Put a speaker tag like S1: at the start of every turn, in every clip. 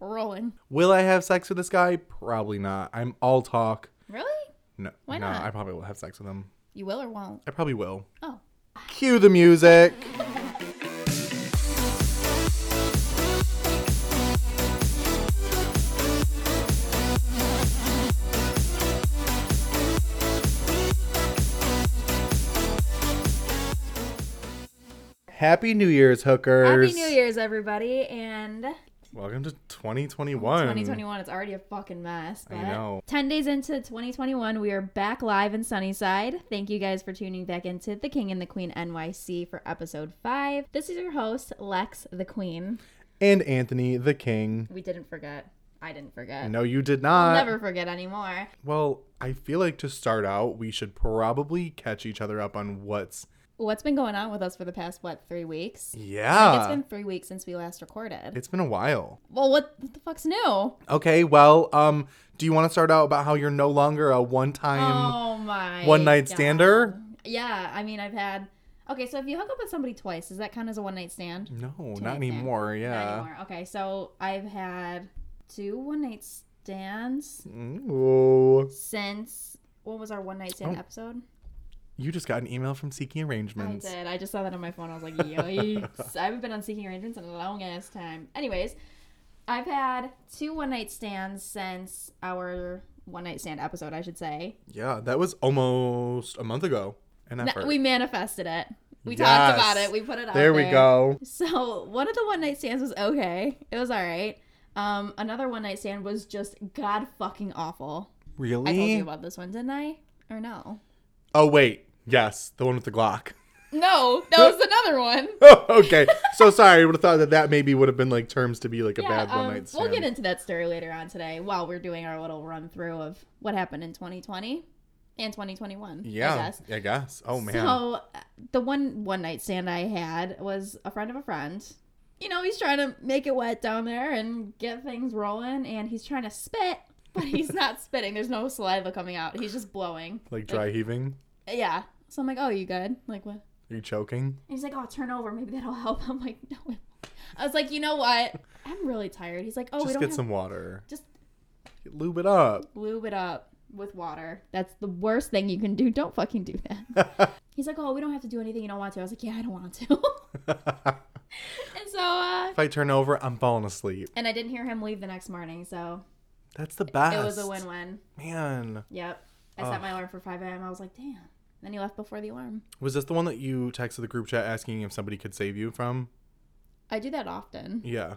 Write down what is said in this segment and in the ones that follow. S1: rolling.
S2: Will I have sex with this guy? Probably not. I'm all talk.
S1: Really?
S2: No,
S1: Why
S2: no,
S1: not?
S2: I probably will have sex with him.
S1: You will or won't?
S2: I probably will.
S1: Oh.
S2: Cue the music. Happy New Year's, Hmm. hookers.
S1: Happy New Year's, everybody, and
S2: Welcome to 2021.
S1: 2021. It's already a fucking mess. But
S2: I know.
S1: 10 days into 2021, we are back live in Sunnyside. Thank you guys for tuning back into The King and the Queen NYC for episode 5. This is your host, Lex the Queen.
S2: And Anthony the King.
S1: We didn't forget. I didn't forget.
S2: No, you did not.
S1: Never forget anymore.
S2: Well, I feel like to start out, we should probably catch each other up on what's.
S1: What's been going on with us for the past, what, three weeks?
S2: Yeah.
S1: It's been three weeks since we last recorded.
S2: a while.
S1: well, what, what the fuck's new?
S2: Okay, well, um, do you want to start out about how you're no longer a one time.
S1: oh my
S2: one night stander?
S1: yeah i mean i've had okay so if you hook up with somebody twice does that count as a one night stand
S2: no,
S1: night
S2: not anymore.
S1: Not
S2: Yeah.
S1: anymore. okay so i've had two one night stands
S2: Ooh.
S1: since what was our one night stand
S2: Oh,
S1: episode
S2: You just got an email from Seeking
S1: i
S2: Arrangements.
S1: did i just saw that on my phone i was like yikes i haven't been on seeking arrangements in a long ass time anyways i've had two one night stands since our one night stand episode i should say
S2: Yeah, that was almost a month ago. An
S1: No,
S2: effort.
S1: we manifested it we
S2: Yes.
S1: talked about it we put it out
S2: there we go.
S1: So one of the one night stands was okay. It was all right. Um, another one night stand was just god fucking awful.
S2: Really?
S1: I told you about this one, didn't I? Or no?
S2: oh, wait. Yes, the one with the Glock.
S1: No, that was another one.
S2: okay, so sorry. I would have thought that that maybe would have been like terms to be like a bad one
S1: um,
S2: night stand.
S1: we'll get into that story later on today while we're doing our little run through of what happened in 2020 and 2021. I
S2: Yeah,
S1: guess.
S2: I guess. Oh man.
S1: So uh, the one one night stand I had was a friend of a friend. You know, he's trying to make it wet down there and get things rolling, and he's trying to spit, but he's not spitting. There's no saliva coming out. He's just blowing.
S2: like dry heaving.
S1: Yeah. So I'm like, oh, you good? Like what?
S2: Are you choking?
S1: And he's like, oh, turn over. Maybe that'll help. I'm like, no. it won't." I was like, you know what? I'm really tired. He's like, oh, we
S2: just
S1: don't
S2: get
S1: have
S2: some water.
S1: just
S2: Lube it up.
S1: lube it up with water. That's the worst thing you can do. Don't fucking do that. he's like, oh, we don't have to do anything you don't want to. I was like, yeah, I don't want to.
S2: if
S1: And so, uh,
S2: I turn over, I'm falling asleep.
S1: and I didn't hear him leave the next morning, so
S2: That's the best.
S1: it was a win-win.
S2: Man,
S1: Yep. I set my alarm for 5 a.m. I was like, damn. Then he left before the alarm.
S2: was this the one that you texted the group chat asking if somebody could save you from?
S1: I do that often.
S2: Yeah,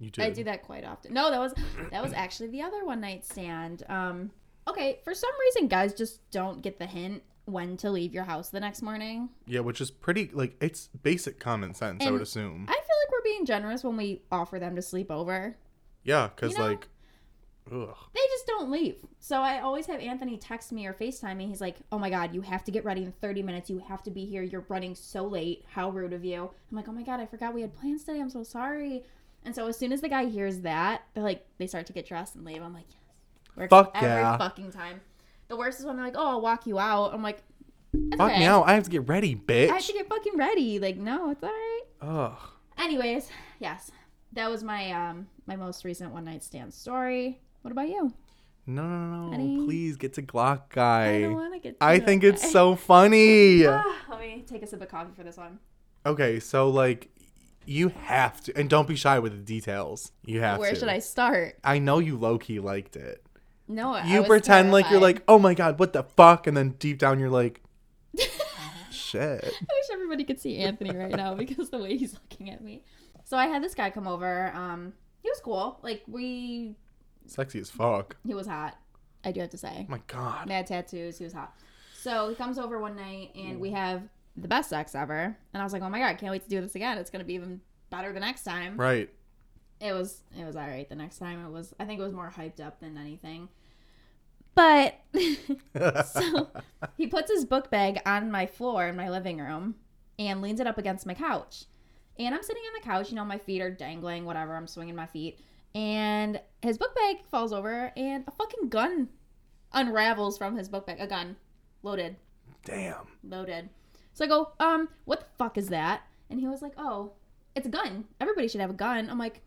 S2: you did.
S1: I do that quite often. No, that was that was actually the other one night stand. Um, okay, for some reason, guys just don't get the hint when to leave your house the next morning.
S2: Yeah, which is pretty like it's basic common sense. I
S1: And
S2: would assume.
S1: I feel like we're being generous when we offer them to sleep over.
S2: yeah, because
S1: You know-
S2: like, ugh.
S1: They just don't leave. So I always have Anthony text me or FaceTime me. He's like, oh my God, you have to get ready in 30 minutes. You have to be here. You're running so late. How rude of you. I'm like, oh my God, I forgot we had plans today. I'm so sorry. And so as soon as the guy hears that, they're like, they start to get dressed and leave. I'm like, yes. Works
S2: Fuck
S1: every
S2: yeah.
S1: fucking time. The worst is when they're like, oh, I'll walk you out. I'm like, it's
S2: Fuck
S1: okay.
S2: me out. I have to get ready, bitch.
S1: I have to get fucking ready. Like, no, it's all right.
S2: Ugh.
S1: Anyways, yes. That was my um my most recent one night stand story. What about you?
S2: No, no, no.
S1: Honey.
S2: Please get to Glock guy.
S1: I don't want to get.
S2: I
S1: to
S2: think
S1: that
S2: it's
S1: guy.
S2: so funny.
S1: Ah, let me take a sip of coffee for this one.
S2: Okay, so like you have to and don't be shy with the details. You have
S1: Where
S2: to.
S1: should I start?
S2: I know you low key liked it.
S1: No, I
S2: You
S1: was
S2: pretend like you're
S1: terrified.
S2: like, "Oh my god, what the fuck?" and then deep down you're like, "Shit."
S1: I wish everybody could see Anthony right now because the way he's looking at me. So I had this guy come over. Um, he was cool. Like we,
S2: Sexy as fuck.
S1: he was hot. I do have to say,
S2: Oh my god.
S1: mad tattoos. He was hot. So he comes over one night and we have the best sex ever. And I was like, oh my god, can't wait to do this again. It's gonna be even better the next time.
S2: Right.
S1: it was it was all right the next time it was i think it was more hyped up than anything but so he puts his book bag on my floor in my living room and leans it up against my couch and i'm sitting on the couch you know my feet are dangling whatever i'm swinging my feet and his book bag falls over and a fucking gun unravels from his book bag a gun loaded
S2: Damn.
S1: loaded. So I go, um, what the fuck is that? And he was like, oh, it's a gun. Everybody should have a gun. I'm like,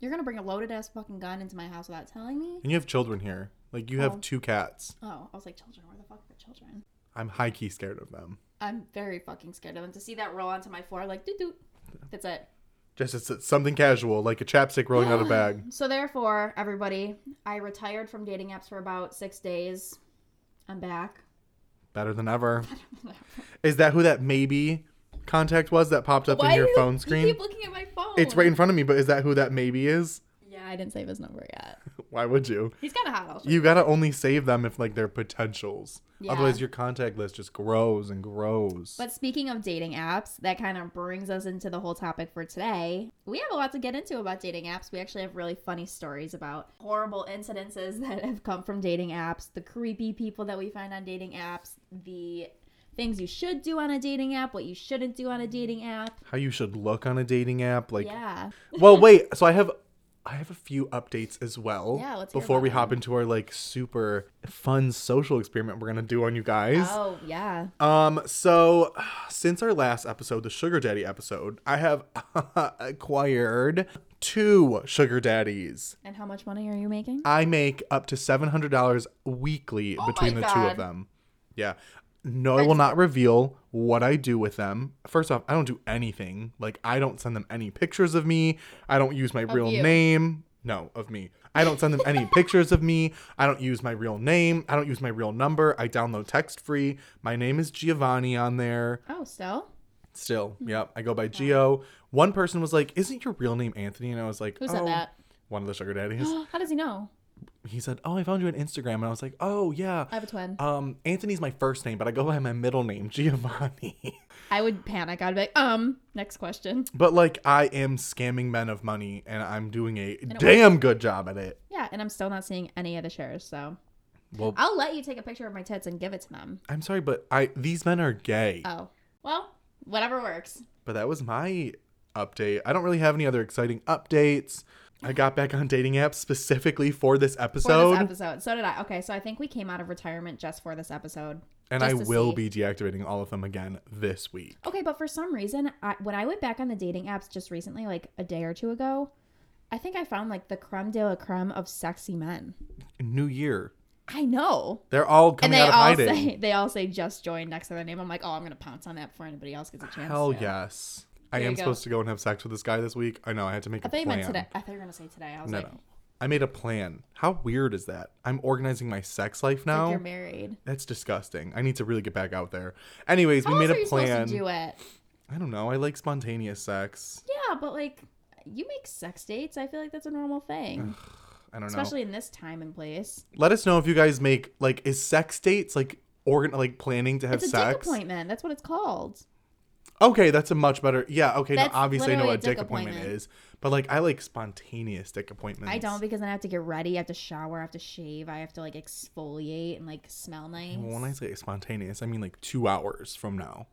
S1: You're gonna bring a loaded ass fucking gun into my house without telling me?
S2: And you have children here. Like you
S1: Oh.
S2: have two cats.
S1: Oh, I was like, children, where the fuck are the children?
S2: I'm high key scared of them.
S1: I'm very fucking scared of them. To see that roll onto my floor, like, doot doot. That's it.
S2: Just it's it's something casual, like a chapstick rolling out of a bag.
S1: So, therefore, everybody, I retired from dating apps for about six days. I'm back.
S2: Better than ever. Is that who that maybe contact was that popped up in
S1: do
S2: your
S1: you-
S2: phone
S1: you
S2: screen?
S1: keep looking at my phone.
S2: It's right in front of me, but is that who that maybe is?
S1: Yeah, I didn't save his number yet.
S2: Why would you?
S1: He's kind of hot. I'll show
S2: You gotta only save them if like they're potentials.
S1: Yeah.
S2: Otherwise, your contact list just grows and grows.
S1: But speaking of dating apps, that kind of brings us into the whole topic for today. We have a lot to get into about dating apps. We actually have really funny stories about horrible incidences that have come from dating apps, the creepy people that we find on dating apps, the things you should do on a dating app, what you shouldn't do on a dating app.
S2: How you should look on a dating app, like
S1: Yeah.
S2: well wait so i have i have a few updates as well
S1: Yeah, let's hear
S2: before
S1: about
S2: we
S1: them.
S2: hop into our like super fun social experiment we're gonna do on you guys
S1: Oh, yeah.
S2: um so since our last episode the sugar daddy episode i have acquired two sugar daddies
S1: And how much money are you making?
S2: i make up to $700 weekly between
S1: Oh my
S2: the two
S1: God.
S2: of them yeah no, I will not reveal what I do with them. First off, I don't do anything. Like I don't send them any pictures of me. I don't use my real
S1: you.
S2: name. No, of me. I don't send them any pictures of me. I don't use my real name. I don't use my real number. I download text free. My name is Giovanni on there.
S1: Oh, still?
S2: Still, yep. I go by Gio. One person was like, "Isn't your real name Anthony?" And I was like,
S1: Who said
S2: "Oh."
S1: that?
S2: One of the sugar daddies.
S1: How does he know?
S2: he said, "Oh, I found you on Instagram." And I was like, "Oh yeah."
S1: I have a twin.
S2: Um, Anthony's my first name, but I go by my middle name, Giovanni.
S1: I would panic. I'd be like, um, next question.
S2: But like I am scamming men of money and I'm doing a
S1: it
S2: damn good job at it.
S1: Yeah, and I'm still not seeing any of the shares, so.
S2: Well-
S1: I'll let you take a picture of my tits and give it to them.
S2: I'm sorry, but I these men are gay.
S1: Oh. Well, whatever works.
S2: But that was my update. I don't really have any other exciting updates. I got back on dating apps specifically for this
S1: For
S2: episode.
S1: this episode. So did I. Okay, so I think we came out of retirement just for this episode.
S2: and I
S1: just to
S2: will
S1: see.
S2: be deactivating all of them again this week.
S1: Okay, but for some reason, I, when I went back on the dating apps just recently, like a day or two ago, I think I found like the creme de la creme of sexy men.
S2: New year.
S1: I know.
S2: They're all
S1: And
S2: coming
S1: they
S2: out of
S1: all
S2: hiding.
S1: say they all say just join next to their name. I'm like, oh, I'm gonna pounce on that before anybody else gets a chance.
S2: Hell
S1: to.
S2: yes. I
S1: There
S2: am
S1: you go.
S2: supposed to go and have sex with this guy this week. I know I had to make a
S1: I thought you
S2: plan.
S1: meant today. I thought you were gonna say today. I was
S2: No,
S1: like,
S2: no. I made a plan. How weird is that? I'm organizing my sex life now.
S1: like you're married.
S2: That's disgusting. I need to really get back out there. Anyways,
S1: How
S2: we
S1: else
S2: made
S1: are
S2: a
S1: you supposed to
S2: plan.
S1: do it?
S2: I don't know. I like spontaneous sex.
S1: Yeah, but like you make sex dates. I feel like that's a normal thing,
S2: Mm, I don't know.
S1: especially in this time and place.
S2: Let us know if you guys make like is sex dates like organ like planning to have
S1: It's a dick
S2: sex.
S1: appointment. That's what it's called.
S2: Okay, that's a much better. Yeah, okay.
S1: That's
S2: no, obviously, I know
S1: literally
S2: what a dick appointment, is, but like I like spontaneous dick appointments.
S1: I don't because then I have to get ready. I have to shower. I have to shave. I have to like exfoliate and like smell nice.
S2: Well, when I say spontaneous, I mean like two hours from now.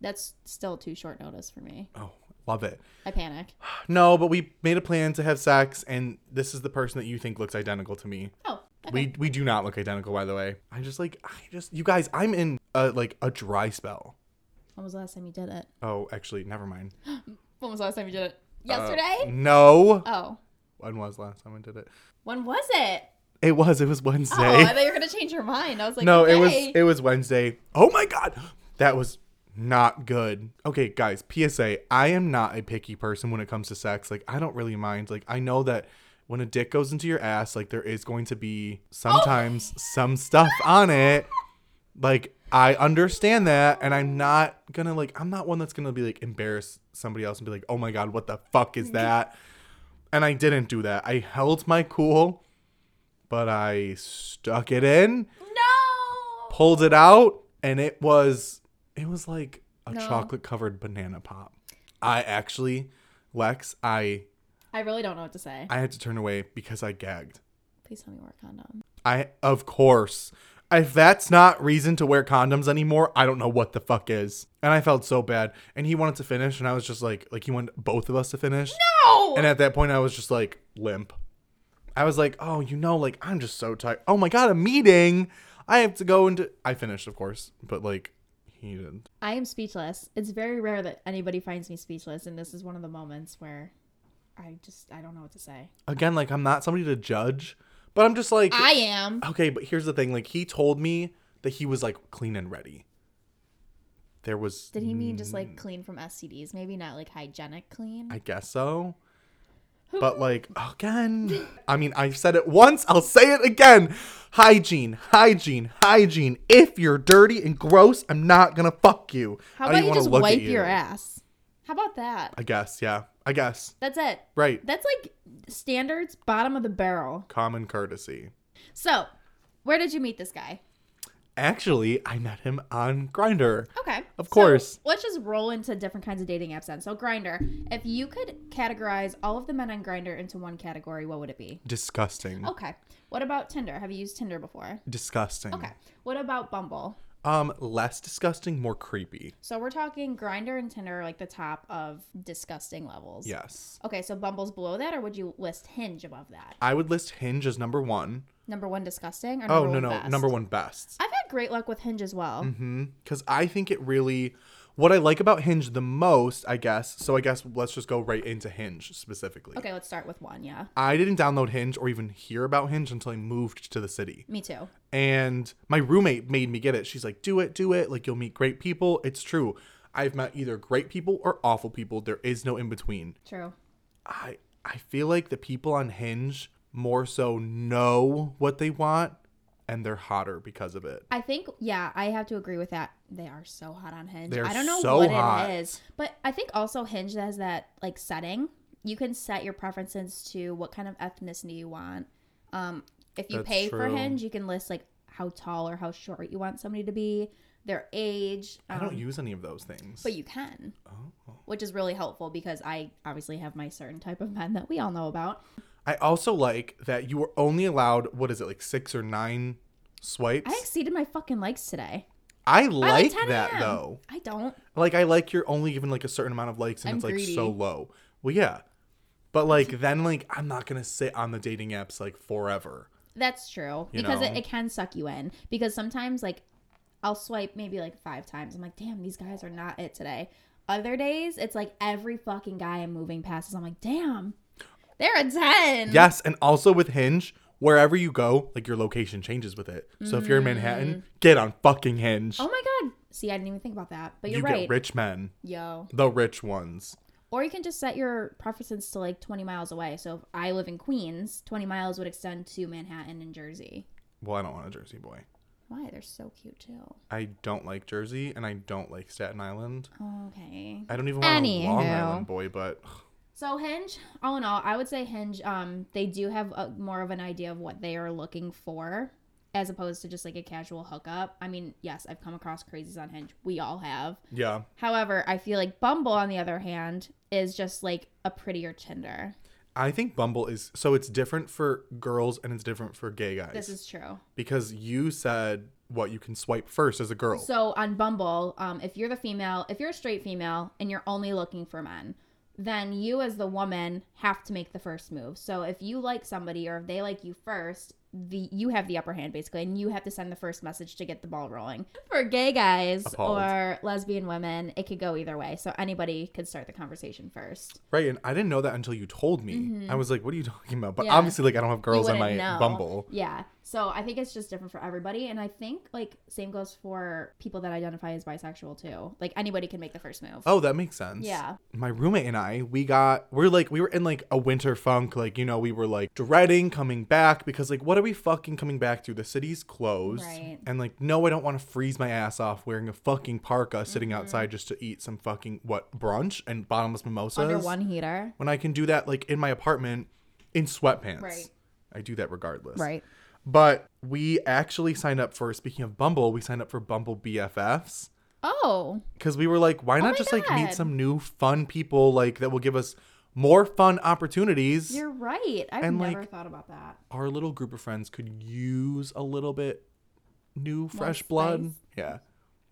S1: That's still too short notice for me.
S2: Oh, love it.
S1: I panic.
S2: No, but we made a plan to have sex, and this is the person that you think looks identical to me.
S1: Oh, okay.
S2: We we do not look identical, by the way. I just like I just you guys. I'm in a like a dry spell.
S1: when was the last time you did it?
S2: Oh, actually, never mind.
S1: When was the last time you did it?
S2: Uh,
S1: Yesterday.
S2: no.
S1: oh,
S2: When was last time I did it?
S1: when was it?
S2: It was. It was
S1: Oh,
S2: Wednesday.
S1: I thought you were gonna change your mind. I was like,
S2: no, it was
S1: okay.
S2: it was Wednesday. Oh my god, that was not good. Okay, guys. PSA: I am not a picky person when it comes to sex. Like, I don't really mind. Like, I know that when a dick goes into your ass, like there is going to be sometimes
S1: Oh.
S2: some stuff on it. Like, I understand that, and I'm not gonna like. I'm not one that's gonna be like embarrass somebody else and be like, "Oh my god, what the fuck is that?" And I didn't do that. I held my cool, but I stuck it in
S1: no.
S2: pulled it out and it was it was like a
S1: No.
S2: chocolate covered banana pop i actually lex i
S1: I really don't know what to say.
S2: i had to turn away because i gagged
S1: Please tell me you wore a condom.
S2: i of course if that's not reason to wear condoms anymore i don't know what the fuck is and i felt so bad and he wanted to finish and i was just like like he wanted both of us to finish
S1: No.
S2: and at that point i was just like limp i was like oh you know like i'm just so tired oh my god a meeting i have to go into i finished of course but like he didn't
S1: I am speechless. It's very rare that anybody finds me speechless, and this is one of the moments where I just I don't know what to say.
S2: Again, like I'm not somebody to judge, but I'm just like
S1: I am.
S2: okay, but here's the thing. Like he told me that he was like clean and ready. There was
S1: Did he mean just like clean from STDs? Maybe not like hygienic clean.
S2: Mm. I guess so. But like again, I mean, I've said it once, I'll say it again. Hygiene, hygiene, hygiene. If you're dirty and gross, I'm not gonna fuck you.
S1: How
S2: I don't
S1: about you
S2: wanna
S1: just
S2: look at
S1: wipe
S2: you.
S1: your ass? How about that?
S2: I guess, yeah. I guess.
S1: That's it.
S2: Right.
S1: That's like standards, bottom of the barrel.
S2: Common courtesy.
S1: So, where did you meet this guy?
S2: Actually, I met him on Grinder.
S1: Okay.
S2: Of
S1: So,
S2: course.
S1: let's just roll into different kinds of dating apps then. So, Grinder, if you could categorize all of the men on Grinder into one category, what would it be?
S2: Disgusting.
S1: Okay. What about Tinder? Have you used Tinder before?
S2: Disgusting.
S1: Okay. What about Bumble?
S2: Um, less disgusting, more creepy.
S1: So, we're talking Grinder and Tinder are like the top of disgusting levels.
S2: Yes.
S1: Okay, so Bumble's below that, or would you list Hinge above that?
S2: I would list Hinge as number one.
S1: Number one, disgusting. Or number
S2: Oh no
S1: one
S2: no,
S1: best?
S2: number one Mm-hmm. best.
S1: I've had great luck with Hinge as well.
S2: Because I think it really, what I like about Hinge the most, I guess. So I guess let's just go right into Hinge specifically.
S1: Okay, let's start with one. Yeah,
S2: I didn't download Hinge or even hear about Hinge until I moved to the city.
S1: me too.
S2: And my roommate made me get it. She's like, do it, do it. Like, you'll meet great people. It's true. I've met either great people or awful people. There is no in between.
S1: True.
S2: I I feel like the people on Hinge more so know what they want and they're hotter because of it.
S1: I think yeah, I have to agree with that. They are so hot on Hinge.
S2: They're
S1: I don't know
S2: so
S1: what
S2: hot.
S1: it is, but I think also Hinge has that like setting. You can set your preferences to what kind of ethnicity you want. Um, if you
S2: That's
S1: pay for
S2: true.
S1: Hinge, you can list like how tall or how short you want somebody to be, their age.
S2: I don't
S1: um,
S2: use any of those things.
S1: But you can,
S2: Oh.
S1: which is really helpful because I obviously have my certain type of men that we all know about.
S2: I also like that you were only allowed what is it like six or nine swipes.
S1: I exceeded my fucking likes today.
S2: I,
S1: I like
S2: like
S1: 10
S2: that
S1: a.m.
S2: though.
S1: I don't.
S2: Like I like you're only given like a certain amount of likes and
S1: I'm
S2: it's like
S1: greedy.
S2: so low. Well, yeah, but like then like I'm not gonna sit on the dating apps like forever.
S1: That's true
S2: You
S1: because it,
S2: know?
S1: it can suck you in because sometimes like I'll swipe maybe like five times. I'm like, damn, these guys are not it today. Other days, it's like every fucking guy I'm moving past is I'm like, damn, they're a ten.
S2: Yes, and also with Hinge, wherever you go, like your location changes with it. So if you're in Manhattan, get on fucking Hinge.
S1: Mm. Oh my god. See, I didn't even think about that, but you're
S2: you
S1: right.
S2: get rich men,
S1: Yo.
S2: the rich ones.
S1: Or you can just set your preferences to like 20 miles away. So if I live in Queens, 20 miles would extend to Manhattan and Jersey.
S2: Well, I don't want a Jersey boy.
S1: Why? They're so cute too.
S2: I don't like Jersey, and I don't like Staten Island.
S1: Okay.
S2: I don't even want a Long
S1: Anywho.
S2: Island boy, but
S1: So Hinge, all in all, I would say Hinge. Um, they do have a, more of an idea of what they are looking for, as opposed to just like a casual hookup. I mean, yes, I've come across crazies on Hinge. We all have.
S2: yeah.
S1: However, I feel like Bumble, on the other hand, is just like a prettier Tinder.
S2: I think Bumble is so it's different for girls and it's different for gay guys.
S1: This is true.
S2: because you said what you can swipe first as a girl.
S1: So on Bumble, um, if you're the female, if you're a straight female and you're only looking for men, then you as the woman have to make the first move. So if you like somebody or if they like you first, the you have the upper hand basically, and you have to send the first message to get the ball rolling. For gay guys
S2: Appalled.
S1: or lesbian women, it could go either way. So anybody could start the conversation first.
S2: right. And I didn't know that until you told me. I was like, what are you talking about? But
S1: Mm-hmm. Yeah.
S2: obviously like I don't have
S1: You
S2: girls on my
S1: wouldn't know.
S2: Bumble.
S1: Yeah. So I think it's just different for everybody, and I think like same goes for people that identify as bisexual too. Like anybody can make the first move.
S2: Oh, that makes sense.
S1: Yeah.
S2: My roommate and I, we got we're like we were in like a winter funk, like you know, we were like dreading coming back because like what are we fucking coming back to? The city's closed.
S1: Right.
S2: And like no, I don't want to freeze my ass off wearing a fucking parka sitting
S1: Mm-hmm.
S2: outside just to eat some fucking what brunch and bottomless mimosas.
S1: Under one heater.
S2: when I can do that like in my apartment in sweatpants.
S1: Right.
S2: I do that regardless. But we actually signed up for speaking of Bumble, we signed up for Bumble BFFs
S1: Oh,
S2: cuz we were like why not
S1: my
S2: just like
S1: God.
S2: meet some new fun people like that will give us more fun opportunities.
S1: you're right. I've
S2: And,
S1: never
S2: like,
S1: thought about that.
S2: Our little group of friends could use a little bit new fresh
S1: spice.
S2: blood. Yeah.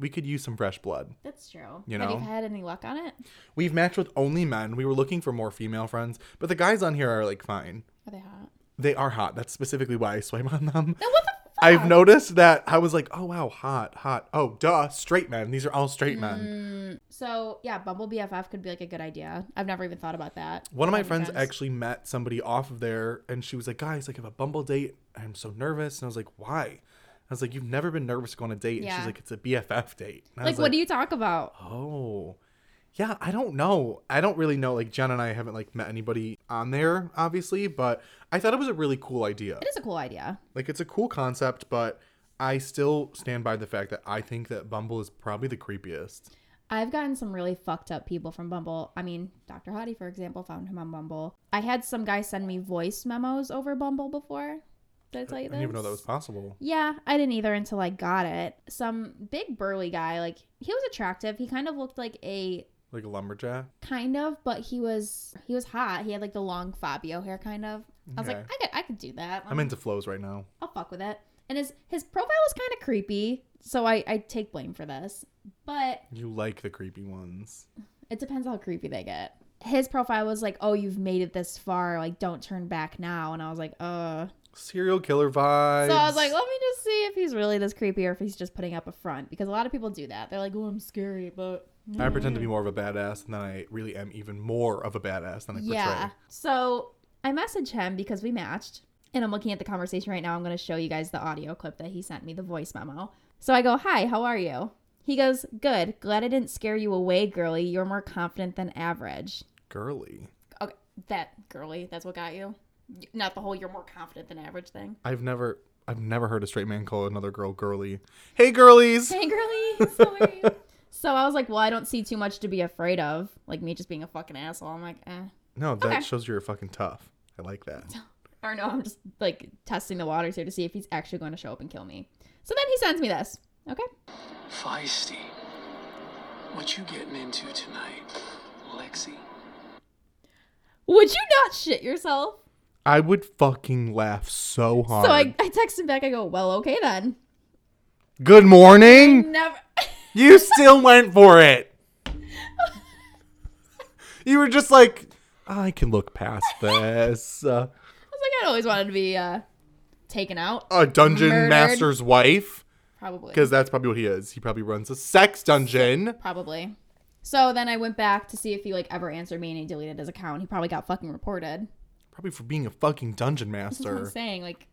S2: We could use some fresh blood.
S1: That's true.
S2: You
S1: Have
S2: know?
S1: you had any luck on it?
S2: We've matched with only men. We were looking for more female friends, but the guys on here are like fine.
S1: Are they hot?
S2: They are hot. That's specifically why I swipe on them.
S1: Then what the fuck?
S2: I've noticed that I was like, oh wow, hot, hot. Oh duh, straight men. These are all straight men.
S1: Mm, so yeah, Bumble BFF could be like a good idea. I've never even thought about that.
S2: One of my
S1: That'd be
S2: friends actually met somebody off of there, and she was like, guys, like I have a Bumble date. I'm so nervous, and I was like, why? I was like, you've never been nervous going on a date, and
S1: Yeah.
S2: she's like, it's a BFF date. And I
S1: Like,
S2: was
S1: what do you talk about?
S2: Oh. Yeah, I don't know. I don't really know. Like Jen and I haven't like met anybody on there, obviously, but I thought it was a really cool idea.
S1: It is a cool idea.
S2: Like it's a cool concept, but I still stand by the fact that I think that Bumble is probably the creepiest.
S1: I've gotten some really fucked up people from Bumble. I mean, Dr. Hottie, for example, found him on Bumble. I had some guy send me voice memos over Bumble before. Did I tell
S2: I
S1: you this?
S2: didn't even know that was possible.
S1: Yeah, I didn't either until I got it. Some big burly guy, like he was attractive. He kind of looked like a
S2: Like a lumberjack.
S1: kind of, but he was he was hot. He had like the long Fabio hair kind of. I was like,
S2: Okay.
S1: I could I could do that.
S2: I'm into flows right now.
S1: I'll fuck with it. And his his profile was kind of creepy, so I I take blame for this. But
S2: You like the creepy ones.
S1: It depends how creepy they get. His profile was like, "Oh, you've made it this far. Like, don't turn back now." And I was like, "Uh."
S2: Serial killer vibes.
S1: So I was like, oh. "Let me just see if he's really this creepy or if he's just putting up a front." Because a lot of people do that. They're like, "Oh, I'm scary," but
S2: I pretend to be more of a badass, and then I really am even more of a badass than I portray.
S1: yeah. So I messaged him because we matched, and I'm looking at the conversation right now. I'm going to show you guys the audio clip that he sent me, the voice memo. So I go, "Hi, how are you?" He goes, "Good. Glad I didn't scare you away, girly. You're more confident than average."
S2: Girly.
S1: Okay, that girly, that's what got you. Not the whole you're more confident than average thing.
S2: I've never I've never heard a straight man call another girl girly. Hey girlies.
S1: Hey girly, so are you? So I was like, well, I don't see too much to be afraid of. Like me just being a fucking asshole. I'm like, eh.
S2: No, that
S1: Okay.
S2: shows you're fucking tough. I like that.
S1: Or no, I'm just like testing the waters here to see if he's actually going to show up and kill me. So then he sends me this. Okay.
S3: Feisty. What you getting into tonight, Lexi?
S1: Would you not shit yourself?
S2: I would fucking laugh so hard.
S1: So I, I text him back. I go, well, okay then.
S2: Good morning.
S1: Never.
S2: You still went for it. You were just like, I can look past this. Uh,
S1: I was like, I'd always wanted to be uh, taken out.
S2: a dungeon
S1: Murdered.
S2: master's wife,
S1: Probably.
S2: because that's probably what he is. He probably runs a sex dungeon.
S1: Probably. So then I went back to see if he like ever answered me and he deleted his account. He probably got fucking reported.
S2: Probably for being a fucking dungeon
S1: That's what I'm
S2: master.
S1: saying. Like,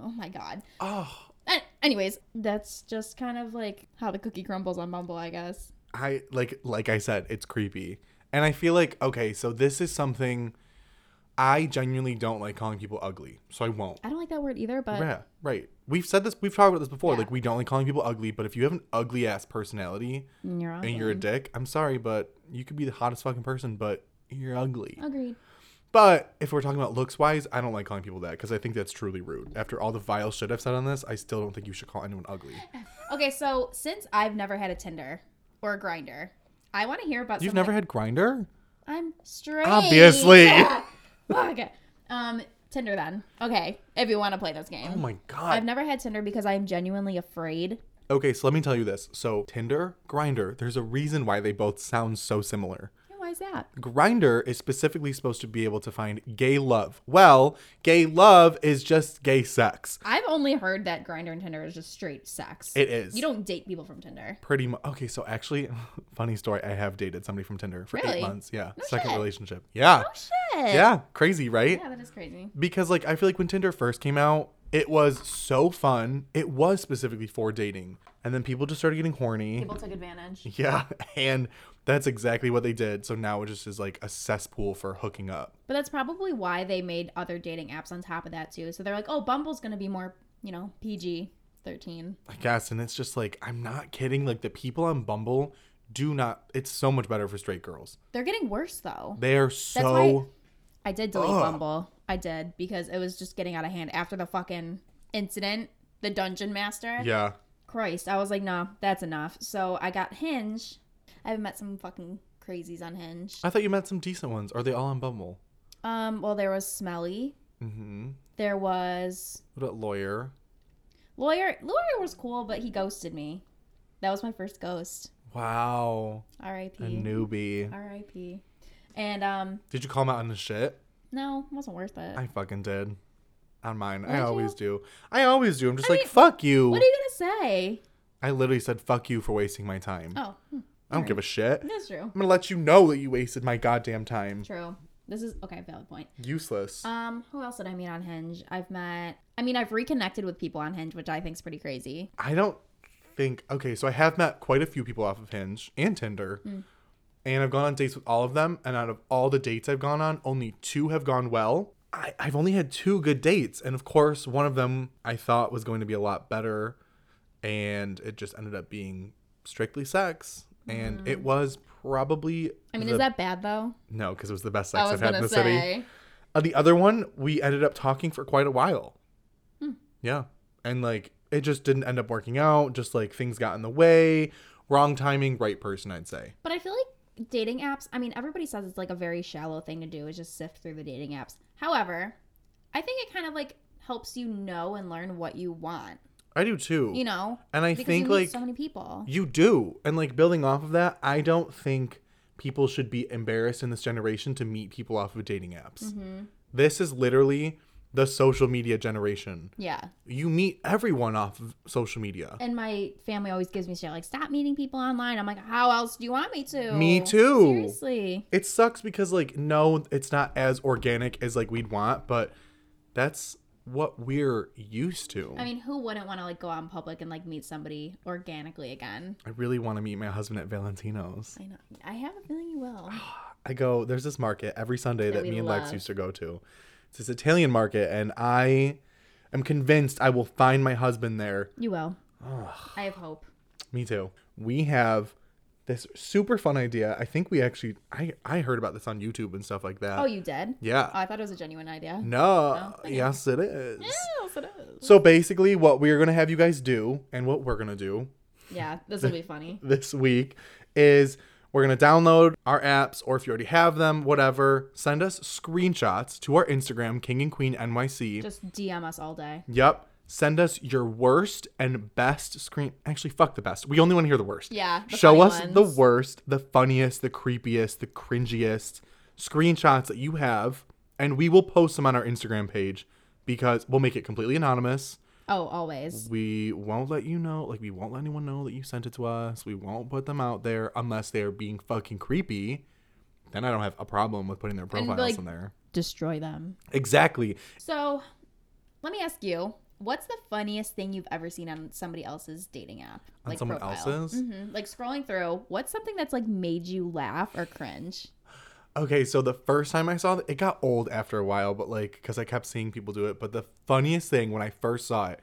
S1: oh my god.
S2: Oh,
S1: An- anyways, that's just kind of like how the cookie crumbles on Bumble, I guess.
S2: I like like I said, it's creepy. And I feel like okay, so this is something I genuinely don't like calling people ugly, so I won't.
S1: I don't like that word either, but
S2: yeah, right. We've said this. We've talked about this before.
S1: Yeah.
S2: Like we don't like calling people ugly, but if you have an ugly ass personality
S1: you're
S2: and you're a dick, I'm sorry, but you could be the hottest fucking person, but you're ugly.
S1: Agreed.
S2: But if we're talking about looks wise, I don't like calling people that because I think that's truly rude. After all the vile shit I've said on this, I still don't think you should call anyone ugly.
S1: Okay, so since I've never had a Tinder or a grinder, I want to hear about
S2: You've
S1: some of
S2: never
S1: the-
S2: had grinder?
S1: I'm straight.
S2: Obviously.
S1: Yeah. Fuck. Um, Tinder then. Okay, if you want to play this game.
S2: Oh my god.
S1: I've never had Tinder because I am genuinely afraid
S2: Okay, so let me tell you this. So Tinder, Grinder, there's a reason why they both sound so similar.
S1: Why is that?
S2: Grinder is specifically supposed to be able to find gay love. Well, gay love is just gay sex.
S1: I've only heard that Grinder and Tinder is just straight sex.
S2: It is.
S1: You don't date people from Tinder.
S2: pretty much. Okay, so actually, funny story. I have dated somebody from Tinder for
S1: Really?
S2: eight months. Yeah,
S1: No
S2: second
S1: shit.
S2: relationship. Yeah,
S1: Oh shit.
S2: yeah, crazy, right?
S1: Yeah, that is crazy.
S2: because like I feel like when Tinder first came out, it was so fun. It was specifically for dating, and then people just started getting horny.
S1: People took advantage.
S2: Yeah, and that's exactly what they did. So now it just is like a cesspool for hooking up.
S1: But that's probably why they made other dating apps on top of that too. So they're like, oh, Bumble's gonna be more, you know, PG thirteen.
S2: I guess, and it's just like I'm not kidding. Like the people on Bumble do not. It's so much better for straight girls.
S1: They're getting worse though.
S2: They are
S1: why-
S2: so.
S1: I did delete
S2: Ugh.
S1: Bumble. I did because it was just getting out of hand after the fucking incident, the dungeon master.
S2: Yeah,
S1: Christ, I was like, nah, that's enough. So I got Hinge. I have met some fucking crazies on Hinge.
S2: I thought you met some decent ones. Are they all on Bumble?
S1: Um, well, there was Smelly.
S2: Mm-hmm.
S1: There was
S2: What about lawyer?
S1: lawyer. Lawyer was cool, but he ghosted me. That was my first ghost.
S2: Wow,
S1: R.I.P.
S2: a newbie.
S1: R.I.P. And um,
S2: Did you call him out on the shit?
S1: no, it wasn't worth it.
S2: I fucking did. on mine.
S1: Would
S2: I
S1: you?
S2: always do. I always do. I'm just
S1: I
S2: like,
S1: mean,
S2: fuck you.
S1: What are you gonna say?
S2: I literally said, fuck you for wasting my time.
S1: Oh, hmm,
S2: I don't
S1: alright.
S2: give a shit. I'm
S1: that's true.
S2: going to let you know that you wasted my goddamn time.
S1: True. This is okay. Valid point.
S2: Useless.
S1: Um, who else did I meet on Hinge? I've met. I mean, I've reconnected with people on Hinge, which I think is pretty crazy.
S2: I don't think. Okay, so I have met quite a few people off of Hinge and Tinder.
S1: Mm.
S2: And I've gone on dates with all of them. And out of all the dates I've gone on, only two have gone well. I, I've only had two good dates. And of course, one of them I thought was going to be a lot better. And it just ended up being strictly sex. And it was probably.
S1: Mm. I mean,
S2: the-
S1: is that bad though?
S2: No, because it was the best sex
S1: I
S2: I've
S1: was
S2: had in
S1: gonna
S2: the
S1: say.
S2: city. Uh, the other one, we ended up talking for quite a while.
S1: Hmm.
S2: Yeah. And like, it just didn't end up working out. Just like things got in the way. Wrong timing, right person, I'd say.
S1: But I feel like dating apps, I mean, everybody says it's like a very shallow thing to do is just sift through the dating apps. However, I think it kind of like helps you know and learn what you want,
S2: I do too.
S1: you know?
S2: and I
S1: Because
S2: think
S1: you meet
S2: like
S1: so many people.
S2: you do. And like building off of that, I don't think people should be embarrassed in this generation to meet people off of dating apps.
S1: Mm-hmm.
S2: This is literally the social media generation.
S1: Yeah.
S2: You meet everyone off of social media.
S1: And my family always gives me shit like, stop meeting people online. I'm like, how else do you want me to?
S2: Me too.
S1: Seriously.
S2: it sucks because like no it's not as organic as like we'd want but that's what we're used to
S1: I mean, who wouldn't want to like go out in public and like meet somebody organically again?
S2: I really want to meet my husband at valentino's
S1: I know. I have a feeling you will.
S2: i go there's this market every sunday that
S1: we
S2: me and lex
S1: love.
S2: used to go to it's this italian market and i am convinced i will find my husband there
S1: You will. I have hope.
S2: me too we have this super fun idea i think we actually i i heard about this on youtube and stuff like that
S1: Oh, you did?
S2: yeah
S1: Oh, I thought it was a genuine idea.
S2: no yes it is
S1: Yes, it is.
S2: So basically, what we're gonna have you guys do, and what we're gonna do
S1: Yeah, this will be funny.
S2: this week, is we're gonna download our apps, or if you already have them, whatever, send us screenshots to our Instagram, King and Queen NYC.
S1: Just DM us all day.
S2: yep. Send us your worst and best screen. Actually, fuck the best. We only want to hear the worst.
S1: Yeah, the
S2: Show
S1: funny
S2: us the
S1: ones.
S2: worst, the funniest, the creepiest, the cringiest screenshots that you have, and we will post them on our Instagram page because we'll make it completely anonymous.
S1: Oh, always.
S2: We won't let you know, like we won't let anyone know that you sent it to us. We won't put them out there unless they're being fucking creepy. Then I don't have a problem with putting their profiles
S1: like-
S2: in there.
S1: Destroy them.
S2: Exactly.
S1: So, let me ask you, what's the funniest thing you've ever seen on somebody else's dating app?
S2: On someone else's?
S1: hmm Like scrolling through, what's something that's like made you laugh or cringe?
S2: Okay, so the first time I saw it, it got old after a while, but like, because I kept seeing people do it. But the funniest thing when I first saw it